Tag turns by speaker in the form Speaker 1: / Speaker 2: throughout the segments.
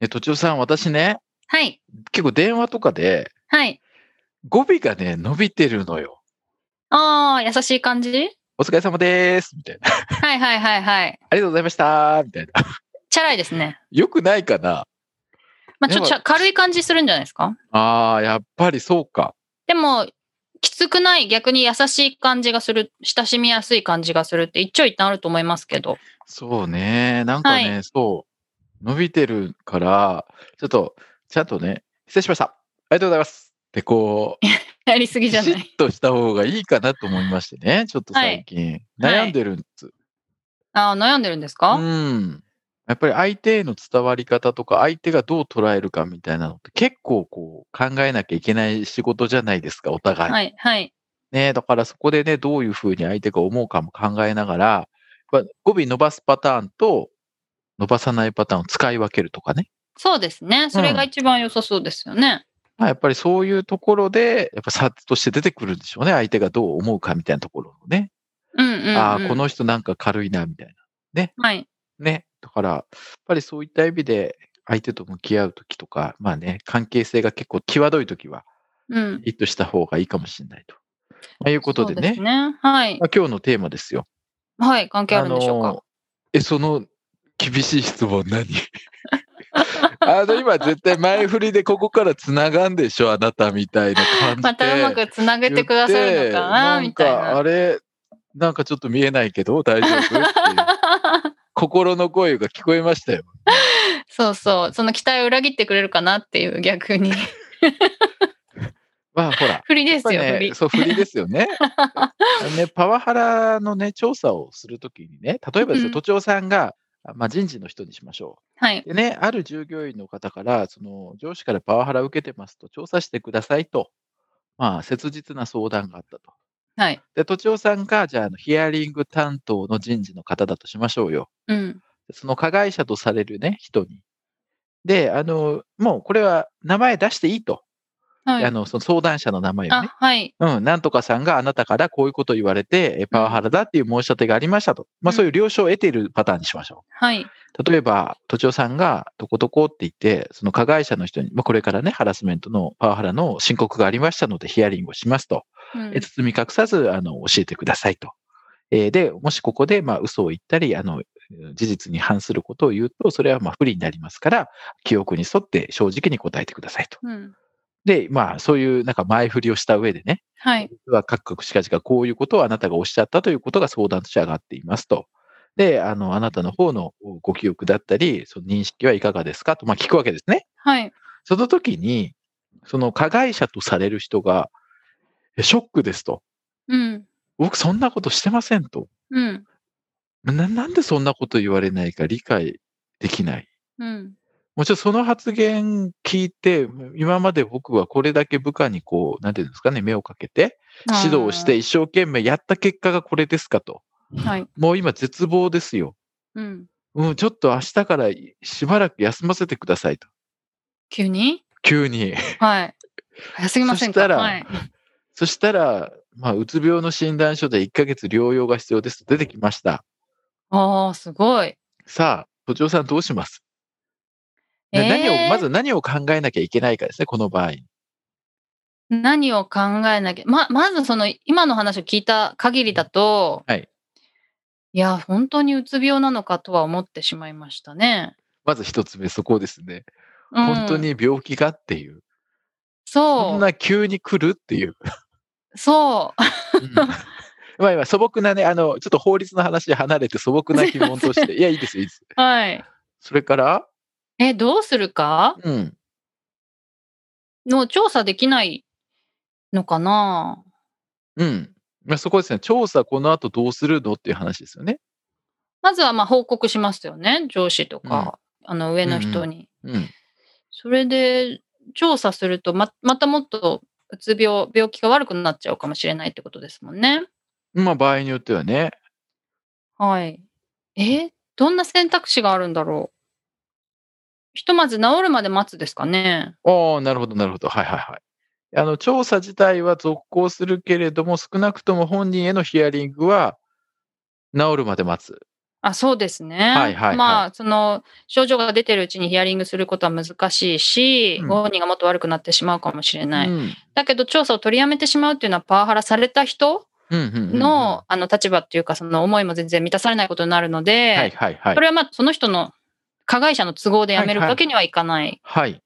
Speaker 1: え、とちおさん、私ね、
Speaker 2: はい
Speaker 1: 結構電話とかで、
Speaker 2: はい
Speaker 1: 語尾がね、伸びてるのよ。
Speaker 2: あー優しい感じ
Speaker 1: お疲れ様です。みたいな。あ
Speaker 2: はいはいはいはい
Speaker 1: りがとうございました。みたいな。
Speaker 2: チャラいですね
Speaker 1: よくないかな
Speaker 2: まあちょっとち
Speaker 1: で
Speaker 2: ゃ軽い感じするんじゃないですか
Speaker 1: あー、やっぱりそうか。
Speaker 2: でも、きつくない、逆に優しい感じがする、親しみやすい感じがするって一長一短あると思いますけど。
Speaker 1: そうね。なんかね、そう。伸びてるから、ちょっと、ちゃんとね、失礼しました。ありがとうございます。ってこう、
Speaker 2: やりすぎ
Speaker 1: き
Speaker 2: じ
Speaker 1: ち
Speaker 2: ゃ
Speaker 1: っ
Speaker 2: ない。
Speaker 1: とした方がいいかなと思いましてね、ちょっと最近。
Speaker 2: はい
Speaker 1: 悩んでるんです。
Speaker 2: あー悩んでるんですか、
Speaker 1: うん。やっぱり相手への伝わり方とか、相手がどう捉えるかみたいなのって結構こう考えなきゃいけない仕事じゃないですか、お互い。
Speaker 2: はい、はい。
Speaker 1: ね、だからそこでね、どういうふうに相手が思うかも考えながら、やっぱ語尾伸ばすパターンと伸ばさないパターンを使い分けるとかね。
Speaker 2: そうですね。それが一番良さそうですよね。
Speaker 1: まあ、やっぱりそういうところで、やっぱ差として出てくるんでしょうね。相手がどう思うかみたいなところをね。
Speaker 2: うん、うんうん、
Speaker 1: ああ、この人なんか軽いな、みたいな。
Speaker 2: はい。
Speaker 1: ね。だから、やっぱりそういった意味で、相手と向き合うときとか、まあね、関係性が結構際どいときは、
Speaker 2: うん。
Speaker 1: ヒットした方がいいかもしれないと。まあ、いうことで
Speaker 2: そう
Speaker 1: ね、
Speaker 2: すね。はい。
Speaker 1: まあ、今日のテーマですよ。
Speaker 2: はい。関係あるんでしょうか。
Speaker 1: あのえ、その厳しい質問何 あの、今絶対前振りでここからつながんでしょ、あなたみたいな感じで。
Speaker 2: またうまくつなげてくださるのかな、
Speaker 1: 言っ
Speaker 2: み
Speaker 1: て
Speaker 2: たい
Speaker 1: んか
Speaker 2: な。
Speaker 1: あれ、なんかちょっと見えないけど大丈夫っていう 心の声が聞こえましたよ。
Speaker 2: そうそう。その期待を裏切ってくれるかなっていう、逆に。
Speaker 1: まあほら、
Speaker 2: 振りで
Speaker 1: やっぱ
Speaker 2: す
Speaker 1: り
Speaker 2: よ、振
Speaker 1: ね、
Speaker 2: り。
Speaker 1: そう、振りです よね。あのね、パワハラのね、調査をするときにね、例えばです
Speaker 2: う
Speaker 1: よ、
Speaker 2: ん
Speaker 1: 都庁さんが、あまあ、人事の人にしましょ
Speaker 2: はい。
Speaker 1: う。でね、ある従業員の方から、その上司からパワハラを受けてますと、調査してくださいと、まあ、切実な相談があったと。
Speaker 2: はい。
Speaker 1: で、都庁さんが、じゃああの、ヒアリング担当の人事の方だとしましょうよ。
Speaker 2: うん。
Speaker 1: その加害者とされるね、人に。で、あの、もうこれは名前出していいと。
Speaker 2: はい。
Speaker 1: あの、その相談者の名前をね。
Speaker 2: あ、はい。
Speaker 1: うん、なんとかさんがあなたからこういうことを言われて、えパワハラだっていう申し立てがありましたと。ま
Speaker 2: う
Speaker 1: あ
Speaker 2: ん
Speaker 1: そういう了承を得ているパターンにしましょ
Speaker 2: はい。
Speaker 1: う。例えば、都庁さんがどこどこって言って、その加害者の人に、まあこれからね、ハラスメントのパワハラの申告がありましたのでヒアリングをしますと。
Speaker 2: うん
Speaker 1: え包み隠さず、あの、教えてくださいと。えーで、もしここで、まあ嘘を言ったり、あの、事実に反することを言うと、それはまあ不利になりますから、記憶に沿って正直に答えてくださいと。
Speaker 2: うん。
Speaker 1: で、まあそういうなんか前振りをした上でね、
Speaker 2: はい。
Speaker 1: 実は各国しかしかこういうことをあなたがおっしゃったということが相談として上がっていますと。で、あの、あなたの方のご記憶だったり、その認識はいかがですかと、まあ、聞くわけですね。
Speaker 2: はい。
Speaker 1: その時に、その加害者とされる人が、えショックですと。
Speaker 2: うん。
Speaker 1: 僕そんなことしてませんと。
Speaker 2: うん。
Speaker 1: ななんでそんなこと言われないか理解できない。
Speaker 2: うん。
Speaker 1: もちろんその発言聞いて、今まで僕はこれだけ部下にこう、なんていうんですかね、目をかけて、指導をして一生懸命やった結果がこれですかと。
Speaker 2: あー。はい。
Speaker 1: もう今絶望ですよ。
Speaker 2: うん。
Speaker 1: うん、ちょっと明日からしばらく休ませてくださいと。
Speaker 2: 急に
Speaker 1: 急に。
Speaker 2: はい。早すぎませんか
Speaker 1: そしたら
Speaker 2: はい。
Speaker 1: そしたら、まあ、うつ病の診断書で1ヶ月療養が必要ですと出てきました。
Speaker 2: ああ、すごい。
Speaker 1: さあ、都庁さんどうします、な何
Speaker 2: えー
Speaker 1: を、まず何を考えなきゃいけないかですね、この場合。
Speaker 2: 何を考えなきゃ。ま、まずその、今の話を聞いた限りだと、
Speaker 1: はい。
Speaker 2: いや、本当にうつ病なのかとは思ってしまいましたね。
Speaker 1: まず一つ目、そこですね。
Speaker 2: うん
Speaker 1: 本当。に病気がっていう。
Speaker 2: そ
Speaker 1: こん
Speaker 2: う。
Speaker 1: な急に来るっていう。
Speaker 2: そう。
Speaker 1: まあ今、素朴なね、あの、ちょっと法律の話離れて素朴な疑問 として。いや、いいですよ、いいです。
Speaker 2: はい。
Speaker 1: それから、
Speaker 2: え、どうするか
Speaker 1: うん。
Speaker 2: の調査できないのかな
Speaker 1: うん。まあ、そこですね。調査この後どうするのっていう話ですよね。
Speaker 2: まずはまあ報告しますよね、上司とか、あの上の人に。
Speaker 1: うん。
Speaker 2: それで調査するとままたもっとうつ病病気が悪くなっちゃうかもしれないってことですもんね。
Speaker 1: まあ、場合によってはね。
Speaker 2: はい。えどんな選択肢があるんだろうひとまず治るまで待つですかね。
Speaker 1: ああ、なるほど、なるほど。はいはいはい。あの、調査自体は続行するけれども、少なくとも本人へのヒアリングは、治るまで待つ。
Speaker 2: あそうですね。
Speaker 1: はいはいはい
Speaker 2: まあその症状が出てるうちにヒアリングすることは難しいし、
Speaker 1: うん
Speaker 2: ご本人がもっと悪くなってしまうかもしれない。
Speaker 1: うん
Speaker 2: だけど調査を取りやめてしまうっていうのはパワハラされた人
Speaker 1: うんうんうんうん
Speaker 2: の,、あの立場っていうかその思いも全然満たされないことになるので、
Speaker 1: はいはいはい
Speaker 2: そ。れはまあその人の加害者の都合でやめる
Speaker 1: はいはい
Speaker 2: わけにはいかない
Speaker 1: はい。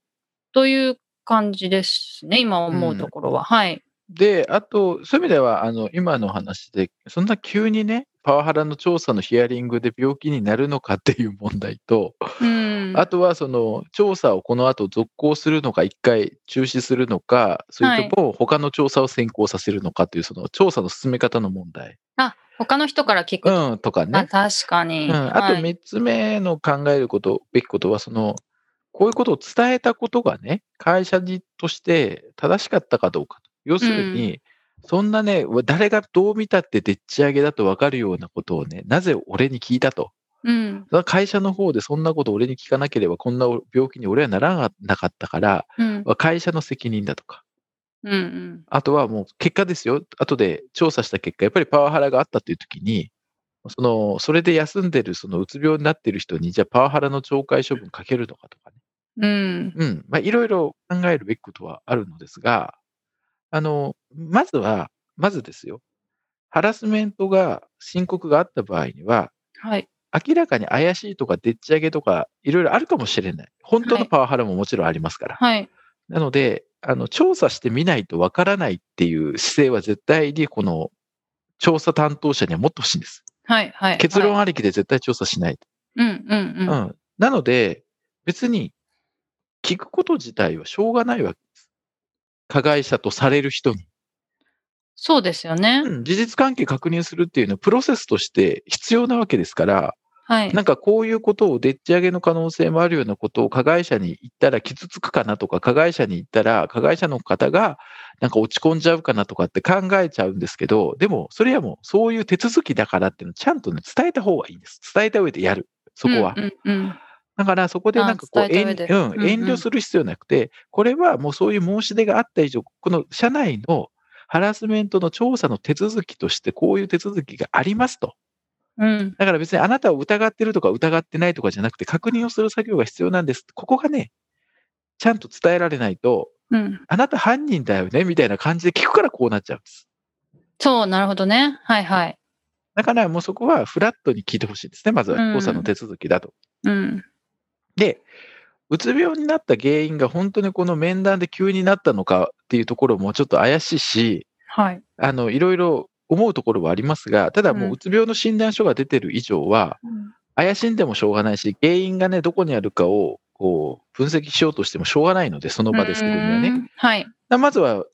Speaker 2: という感じですね、今思うところは。はい。
Speaker 1: で、あと、そういう意味では、あの、今の話で、そんな急にね、パワハラの調査のヒアリングで病気になるのかっていう問題と、
Speaker 2: うん。
Speaker 1: あとは、その、調査をこの後続行するのか、一回中止するのか、それとも、他の調査を先行させるのかっていう、その、調査の進め方の問題、
Speaker 2: 他の人から聞く。
Speaker 1: うん、とか
Speaker 2: あ
Speaker 1: ね。
Speaker 2: 確かに、
Speaker 1: うん、あと
Speaker 2: はい
Speaker 1: 3つ目の考えること、べきことは、その、こういうことを伝えたことがね、会社にとして正しかったかどうかと。要するに、そんなね、誰がどう見たってでっち上げだと分かるようなことをね、なぜ俺に聞いたと。
Speaker 2: うん
Speaker 1: 会社の方でそんなこと俺に聞かなければ、こんな病気に俺はならなかったから、
Speaker 2: うん
Speaker 1: 会社の責任だとか。
Speaker 2: うんうん
Speaker 1: あとはもう結果ですよ。後で調査した結果、やっぱりパワハラがあったという時に、その、それで休んでる、そのうつ病になってる人に、じゃあパワハラの懲戒処分かけるのかとかね。
Speaker 2: うん
Speaker 1: うん。まあ、いろいろ考えるべきことはあるのですが、あの、まずは、まずですよ。ハラスメントが、申告があった場合には、
Speaker 2: はい
Speaker 1: 明らかに怪しいとか、でっち上げとか、いろいろあるかもしれない。本当
Speaker 2: は
Speaker 1: の
Speaker 2: い
Speaker 1: パワハラももちろんありますから。
Speaker 2: はい
Speaker 1: なので、あの、調査してみないとわからないっていう姿勢は絶対にこの調査担当者には持ってほしいんです。
Speaker 2: はいはい
Speaker 1: 結論
Speaker 2: はい
Speaker 1: ありきで絶対調査しない。
Speaker 2: うんうんうん
Speaker 1: うん。なので、別に聞くこと自体はしょうがないわけです。加害者とされる人に。
Speaker 2: そうですよね、
Speaker 1: うん事実関係確認するっていうのはプロセスとして必要なわけですから、
Speaker 2: はい
Speaker 1: なんかこういうことをでっち上げの可能性もあるようなことを加害者に言ったら傷つくかなとか、加害者に言ったら加害者の方がなんか落ち込んじゃうかなとかって考えちゃうんですけど、でもそれはもうそういう手続きだからっていうのをちゃんとね伝えた方がいいんです。伝えた上でやる。そこは。
Speaker 2: うんうんうん
Speaker 1: だからそこでなんかこう
Speaker 2: あ伝
Speaker 1: 遠,、
Speaker 2: えた上で
Speaker 1: うん
Speaker 2: うんうん
Speaker 1: 遠慮する必要なくて、これはもうそういう申し出があった以上、この社内のハラスメントの調査の手続きとしてこういう手続きがありますと。
Speaker 2: うん
Speaker 1: だから別にあなたを疑ってるとか疑ってないとかじゃなくて確認をする作業が必要なんです。ここがね、ちゃんと伝えられないと、
Speaker 2: うん
Speaker 1: あなた犯人だよねみたいな感じで聞くからこうなっちゃうんです。
Speaker 2: そうなるほどねはいはい
Speaker 1: だからもうそこはフラットに聞いてほしいですね。まずは
Speaker 2: うん
Speaker 1: 調査の手続きだと。
Speaker 2: うん
Speaker 1: で、うつ病になった原因が本当にこの面談で急になったのかっていうところもちょっと怪しいし、
Speaker 2: はい
Speaker 1: あの、いろいろ思うところはありますが、ただもううんうつ病の診断書が出てる以上は、怪しんでもしょうがないし、原因がね、どこにあるかを、こう、分析しようとしてもしょうがないので、その場でするには
Speaker 2: う
Speaker 1: ね。
Speaker 2: んはい
Speaker 1: だまずは、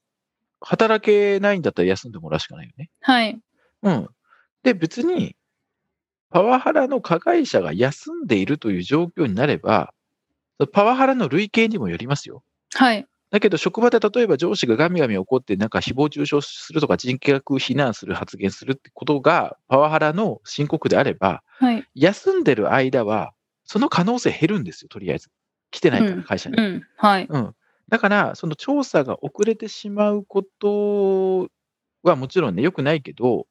Speaker 1: 働けないんだったら休んでもらうしかないよね。
Speaker 2: はい
Speaker 1: うん。で、別に、パワハラの加害者が休んでいるという状況になれば、パワハラの類型にもよりますよ。
Speaker 2: はい
Speaker 1: だけど、職場で例えば上司がガミガミ怒って、なんか誹謗中傷するとか人格非難する発言するってことが、パワハラの申告であれば、
Speaker 2: はい
Speaker 1: 休んでる間は、その可能性減るんですよ、とりあえず。来てないから、
Speaker 2: うん
Speaker 1: 会社に。
Speaker 2: うんはい
Speaker 1: うん。だから、その調査が遅れてしまうことはもちろんね、良くないけど、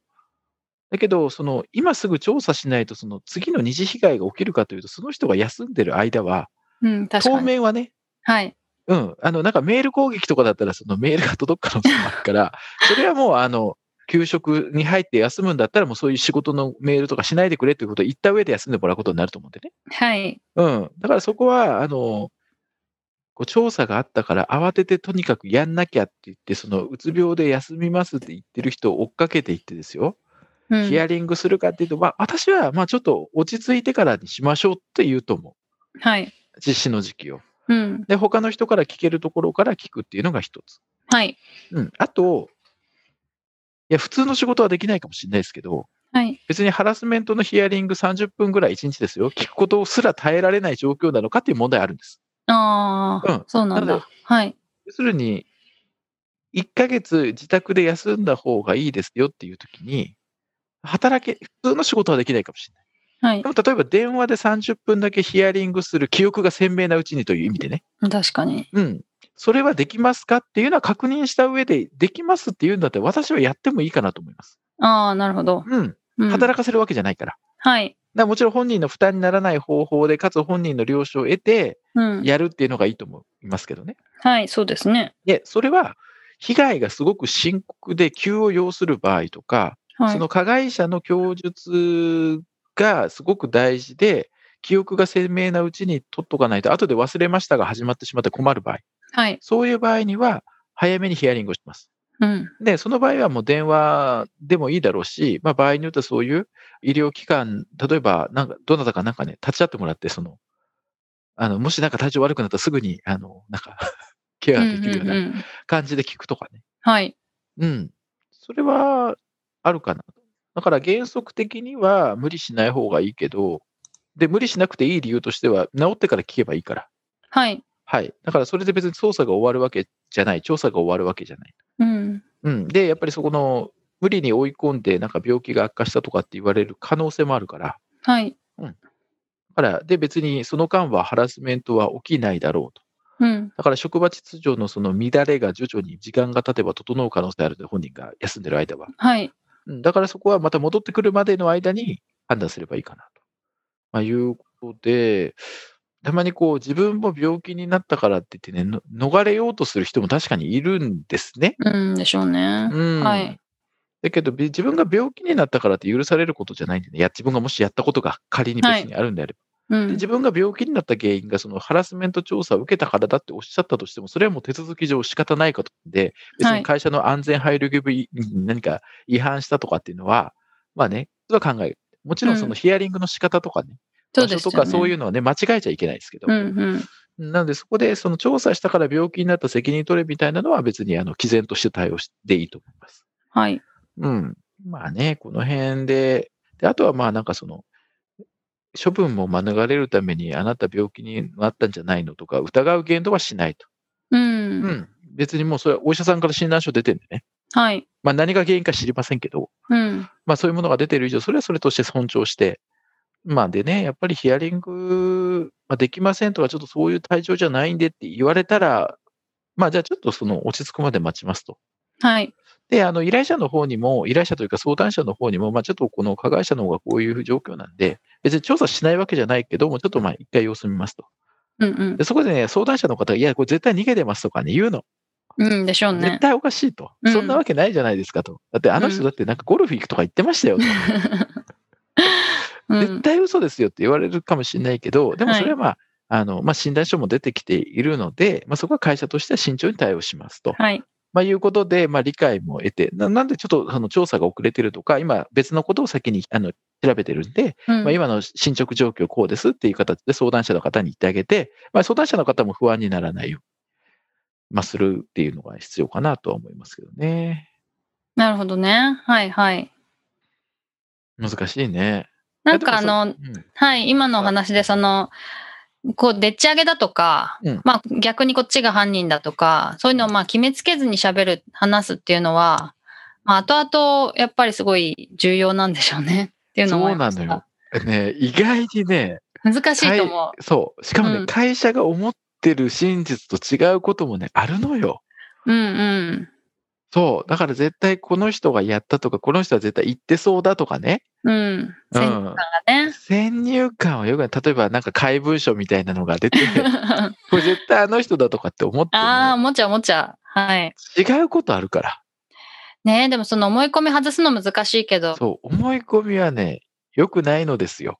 Speaker 1: だけど、その、今すぐ調査しないと、その次の二次被害が起きるかというと、その人が休んでる間は、
Speaker 2: うん確
Speaker 1: 当
Speaker 2: かに
Speaker 1: 面はね、
Speaker 2: はい
Speaker 1: うん、あの、なんかメール攻撃とかだったら、そのメールが届く可能性もあるから、それはもう、あの、休職に入って休むんだったら、もうそういう仕事のメールとかしないでくれということを言った上で休んでもらうことになると思うんでね。
Speaker 2: はい
Speaker 1: うん。だからそこは、あの、こう調査があったから慌ててとにかくやんなきゃって言って、そのうつ病で休みますって言ってる人を追っかけていってですよ。
Speaker 2: うん
Speaker 1: ヒアリングするかっていうと、まあ私は、まあちょっと落ち着いてからにしましょうって言うと思。
Speaker 2: はいう
Speaker 1: 実施の時期を。
Speaker 2: うん
Speaker 1: で、他の人から聞けるところから聞くっていうのが一つ。
Speaker 2: はい
Speaker 1: うん。あと、いや、普通の仕事はできないかもしれないですけど、
Speaker 2: はい
Speaker 1: 別にハラスメントのヒアリング30分ぐらい1日ですよ。聞くことすら耐えられない状況なのかっていう問題あるんです。
Speaker 2: ああ、
Speaker 1: うん
Speaker 2: そうなん
Speaker 1: なの
Speaker 2: だ。はい。
Speaker 1: 要するに、1ヶ月自宅で休んだ方がいいですよっていう時に、働け、普通の仕事はできないかもしれない。
Speaker 2: はい
Speaker 1: で。も例えば電話で30分だけヒアリングする記憶が鮮明なうちにという意味でね。
Speaker 2: 確かに。
Speaker 1: うん。それはできますかっていうのは確認した上で、できますっていうんだったら私はやってもいいかなと思います。
Speaker 2: ああ、なるほど。
Speaker 1: うん。
Speaker 2: うん、
Speaker 1: 働かせるわけじゃないから。
Speaker 2: はい。
Speaker 1: だからもちろん本人の負担にならない方法で、かつ本人の了承を得て、
Speaker 2: うん。
Speaker 1: やるっていうのがいいと思いますけどね。
Speaker 2: はい、そうですね。
Speaker 1: で、それは、被害がすごく深刻で急を要する場合とか、
Speaker 2: はい
Speaker 1: そ。の加害者の供述がすごく大事で、記憶が鮮明なうちに取っとかないと、後で忘れましたが始まってしまって困る場合、
Speaker 2: はい。
Speaker 1: そういう場合には、早めにヒアリングをします。
Speaker 2: うん。
Speaker 1: で、その場合はもう電話でもいいだろうし、まあ、場合によってはそういう医療機関、例えば、なんか、どなたかなんかね、立ち会ってもらって、その、あの、もしなんか体調悪くなったらすぐに、あの、なんか、 ケ
Speaker 2: う
Speaker 1: ア
Speaker 2: ん
Speaker 1: できるよ
Speaker 2: う
Speaker 1: うなん
Speaker 2: うん
Speaker 1: 感じで聞くとかね。
Speaker 2: はい。
Speaker 1: うん。それは、あるかな。だから原則的には無理しない方がいいけど、で、無理しなくていい理由としては、治ってから聞けばいいから。
Speaker 2: はい。
Speaker 1: はい。だからそれで別に捜査が終わるわけじゃない、調査が終わるわけじゃない。
Speaker 2: うん。
Speaker 1: うん、で、やっぱりそこの無理に追い込んで、なんか病気が悪化したとかって言われる可能性もあるから、
Speaker 2: はい。
Speaker 1: だから、で、別にその間はハラスメントは起きないだろうと。
Speaker 2: うん。
Speaker 1: だから、職場秩序のその乱れが徐々に時間が経てば整う可能性あるので、本人が休んでる間は。
Speaker 2: はい。
Speaker 1: うん、だから、そこはまた戻ってくるまでの間に判断すればいいかなと。まあ、いうことで、たまにこう、自分も病気になったからって言ってね、の逃れようとする人も確かにいるんですね。
Speaker 2: うんでしょうね。
Speaker 1: うん
Speaker 2: はい。
Speaker 1: だけど、び自分が病気になったからって許されることじゃないんでね、いや自分がもしやったことが仮に
Speaker 2: はい
Speaker 1: 別にあるんであれば、
Speaker 2: う
Speaker 1: で
Speaker 2: ん。
Speaker 1: 自分が病気になった原因がそのハラスメント調査を受けたからだっておっしゃったとしても、それはもう手続き上仕方ないことで、別
Speaker 2: は
Speaker 1: に
Speaker 2: い
Speaker 1: 会社の安全配慮義務に何か違反したとかっていうのは、まあね、それは考える。もちろんそのヒアリングの仕方とかね、
Speaker 2: そう
Speaker 1: 場
Speaker 2: で
Speaker 1: 所
Speaker 2: すよ
Speaker 1: と
Speaker 2: ね。
Speaker 1: かそういうのはね、間違えちゃいけないですけど、
Speaker 2: うんうん。
Speaker 1: なのでそこでその調査したから病気になった責任取れみたいなのは別にあの毅然として対応していいと思います。
Speaker 2: はい。
Speaker 1: うん。まあね、この辺で、で、あとはまあなんかその、処分も免れるためにあなた病気になったんじゃないのとか疑う言動はしないと。
Speaker 2: う。
Speaker 1: うんん。別にもうそれはお医者さんから診断書出てるんでね。
Speaker 2: はい。
Speaker 1: まあ何が原因か知りませんけど、
Speaker 2: うん。
Speaker 1: まあそういうものが出てる以上、それはそれとして尊重して、まあでね、やっぱりヒアリング、まあ、できませんとか、ちょっとそういう体調じゃないんでって言われたら、まあじゃあちょっとその落ち着くまで待ちますと。
Speaker 2: はい。
Speaker 1: で、あの、依頼者の方にも、依頼者というか相談者の方にも、まあ、ちょっとこの加害者の方がこういう状況なんで、別に調査しないわけじゃないけども、ちょっとまあ、一回様子見ますと。
Speaker 2: うんうん
Speaker 1: で、。そこでね、相談者の方が、いや、これ絶対逃げてますとかね、言うの。
Speaker 2: うんでしょう
Speaker 1: 絶
Speaker 2: ね。
Speaker 1: 対おかしいと。
Speaker 2: うん
Speaker 1: そんなわけないじゃないですかと。だって、あの
Speaker 2: う
Speaker 1: 人
Speaker 2: ん
Speaker 1: だってなんかゴルフ行くとか言ってましたよと。
Speaker 2: う
Speaker 1: 絶
Speaker 2: ん。
Speaker 1: 対嘘ですよって言われるかもしれないけど、でも
Speaker 2: はい
Speaker 1: それはまあ、あの、まあ、診断書も出てきているので、まあ、そこは会社としては慎重に対応しますと。
Speaker 2: はい。
Speaker 1: まあ、いうことで、まあ、理解も得て、ななんでちょっとあの調査が遅れてるとか、今別のことを先にあの調べてるんで、
Speaker 2: うん
Speaker 1: まあ、今の進捗状況こうですっていう形で相談者の方に言ってあげて、まあ、相談者の方も不安にならないように、まあ、するっていうのが必要かなとは思いますけどね。
Speaker 2: なるほどね。はいはい。
Speaker 1: 難しいね。
Speaker 2: なんかあ
Speaker 1: いや
Speaker 2: の、はい、今のお話で、その、こう、でっち上げだとか、
Speaker 1: うん
Speaker 2: まあ逆にこっちが犯人だとか、そういうのをまあ決めつけずに喋る、話すっていうのは、まあ後々、やっぱりすごい重要なんでしょうね。っていうのを思いました
Speaker 1: そうなのよね、意外にね、
Speaker 2: 難しいと思う。
Speaker 1: そう、しかもね、
Speaker 2: うん
Speaker 1: 会社が思ってる真実と違うこともね、あるのよ。
Speaker 2: うんうん。
Speaker 1: そう。だから絶対この人がやったとか、この人は絶対言ってそうだとかね。
Speaker 2: うん。
Speaker 1: う
Speaker 2: 先
Speaker 1: ん。
Speaker 2: 輩
Speaker 1: 先入観はよくない。例えばなんか怪文書みたいなのが 出て、
Speaker 2: がね。
Speaker 1: これ絶対あの人だとかって思っても
Speaker 2: ああ、おもちゃおもちゃ。はい。
Speaker 1: 違うことあるから。
Speaker 2: ねえ、でもその思い込み外すの難しいけど、
Speaker 1: そう。思い込みはね、良くないのですよ。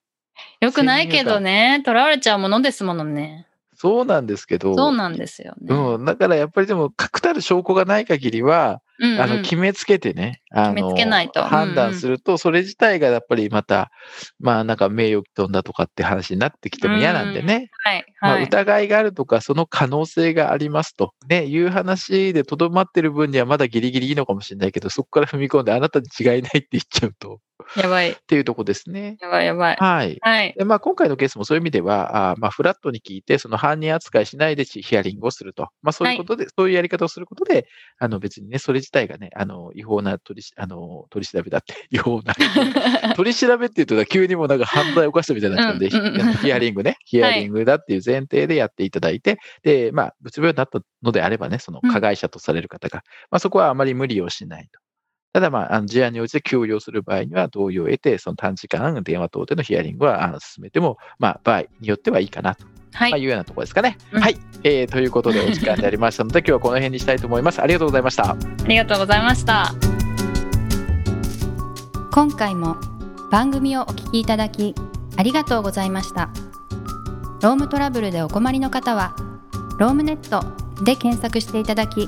Speaker 2: よくないけどね、とらわれちゃうものですものね。
Speaker 1: そうなんですけど。
Speaker 2: そうなんですよね。
Speaker 1: うん。だからやっぱりでも確たる証拠がない限りは、
Speaker 2: うんうん
Speaker 1: あの、決めつけてね。あの
Speaker 2: 決めつけないとうんうん
Speaker 1: 判断すると、それ自体がやっぱりまた、まあなんか名誉毀損だとかって話になってきても嫌なんでね。
Speaker 2: はい、
Speaker 1: まあ、
Speaker 2: はい。
Speaker 1: 疑いがあるとか、その可能性がありますと、ね、いう話でとどまってる分にはまだギリギリいいのかもしれないけど、そこから踏み込んであなたに違いないって言っちゃうと、
Speaker 2: やばい。
Speaker 1: ていうとこですね。
Speaker 2: やばいやばい。
Speaker 1: はい。
Speaker 2: はい。
Speaker 1: でまあ、今回のケースもそういう意味では、あーまあ、フラットに聞いて、その犯人扱いしないでヒアリングをすると。まあ、そういうことで、そういうやり方をすることで、あの、別にね、それ自体がね、あの、違法な取りし、あの、取り調べだって、違法な。 取り調べっていうと、急にもうなんか犯罪を犯したみたいになっちゃうんで、
Speaker 2: うんうんうん
Speaker 1: ひあのヒアリングね、ヒアリングだっていう前提でやっていただいて、で、まあ、うつ病になったのであればね、その
Speaker 2: うん
Speaker 1: 加害者とされる方が、まあ、そこはあまり無理をしないと。ただ、まあ、あの事案に応じて休養する場合には、同意を得て、その短時間、電話等でのヒアリングはあの進めても、まあ、場合によってはいいかなと
Speaker 2: はい
Speaker 1: まあ。いうようなところですかね。
Speaker 2: うん
Speaker 1: はい、えーということで、お時間になりましたので、今日はこの辺にしたいと思います。ありがとうございました。
Speaker 2: ありがとうございました。
Speaker 3: 今回も番組をお聞きいただきありがとうございましたロームトラブルでお困りの方はロームネットで検索していただき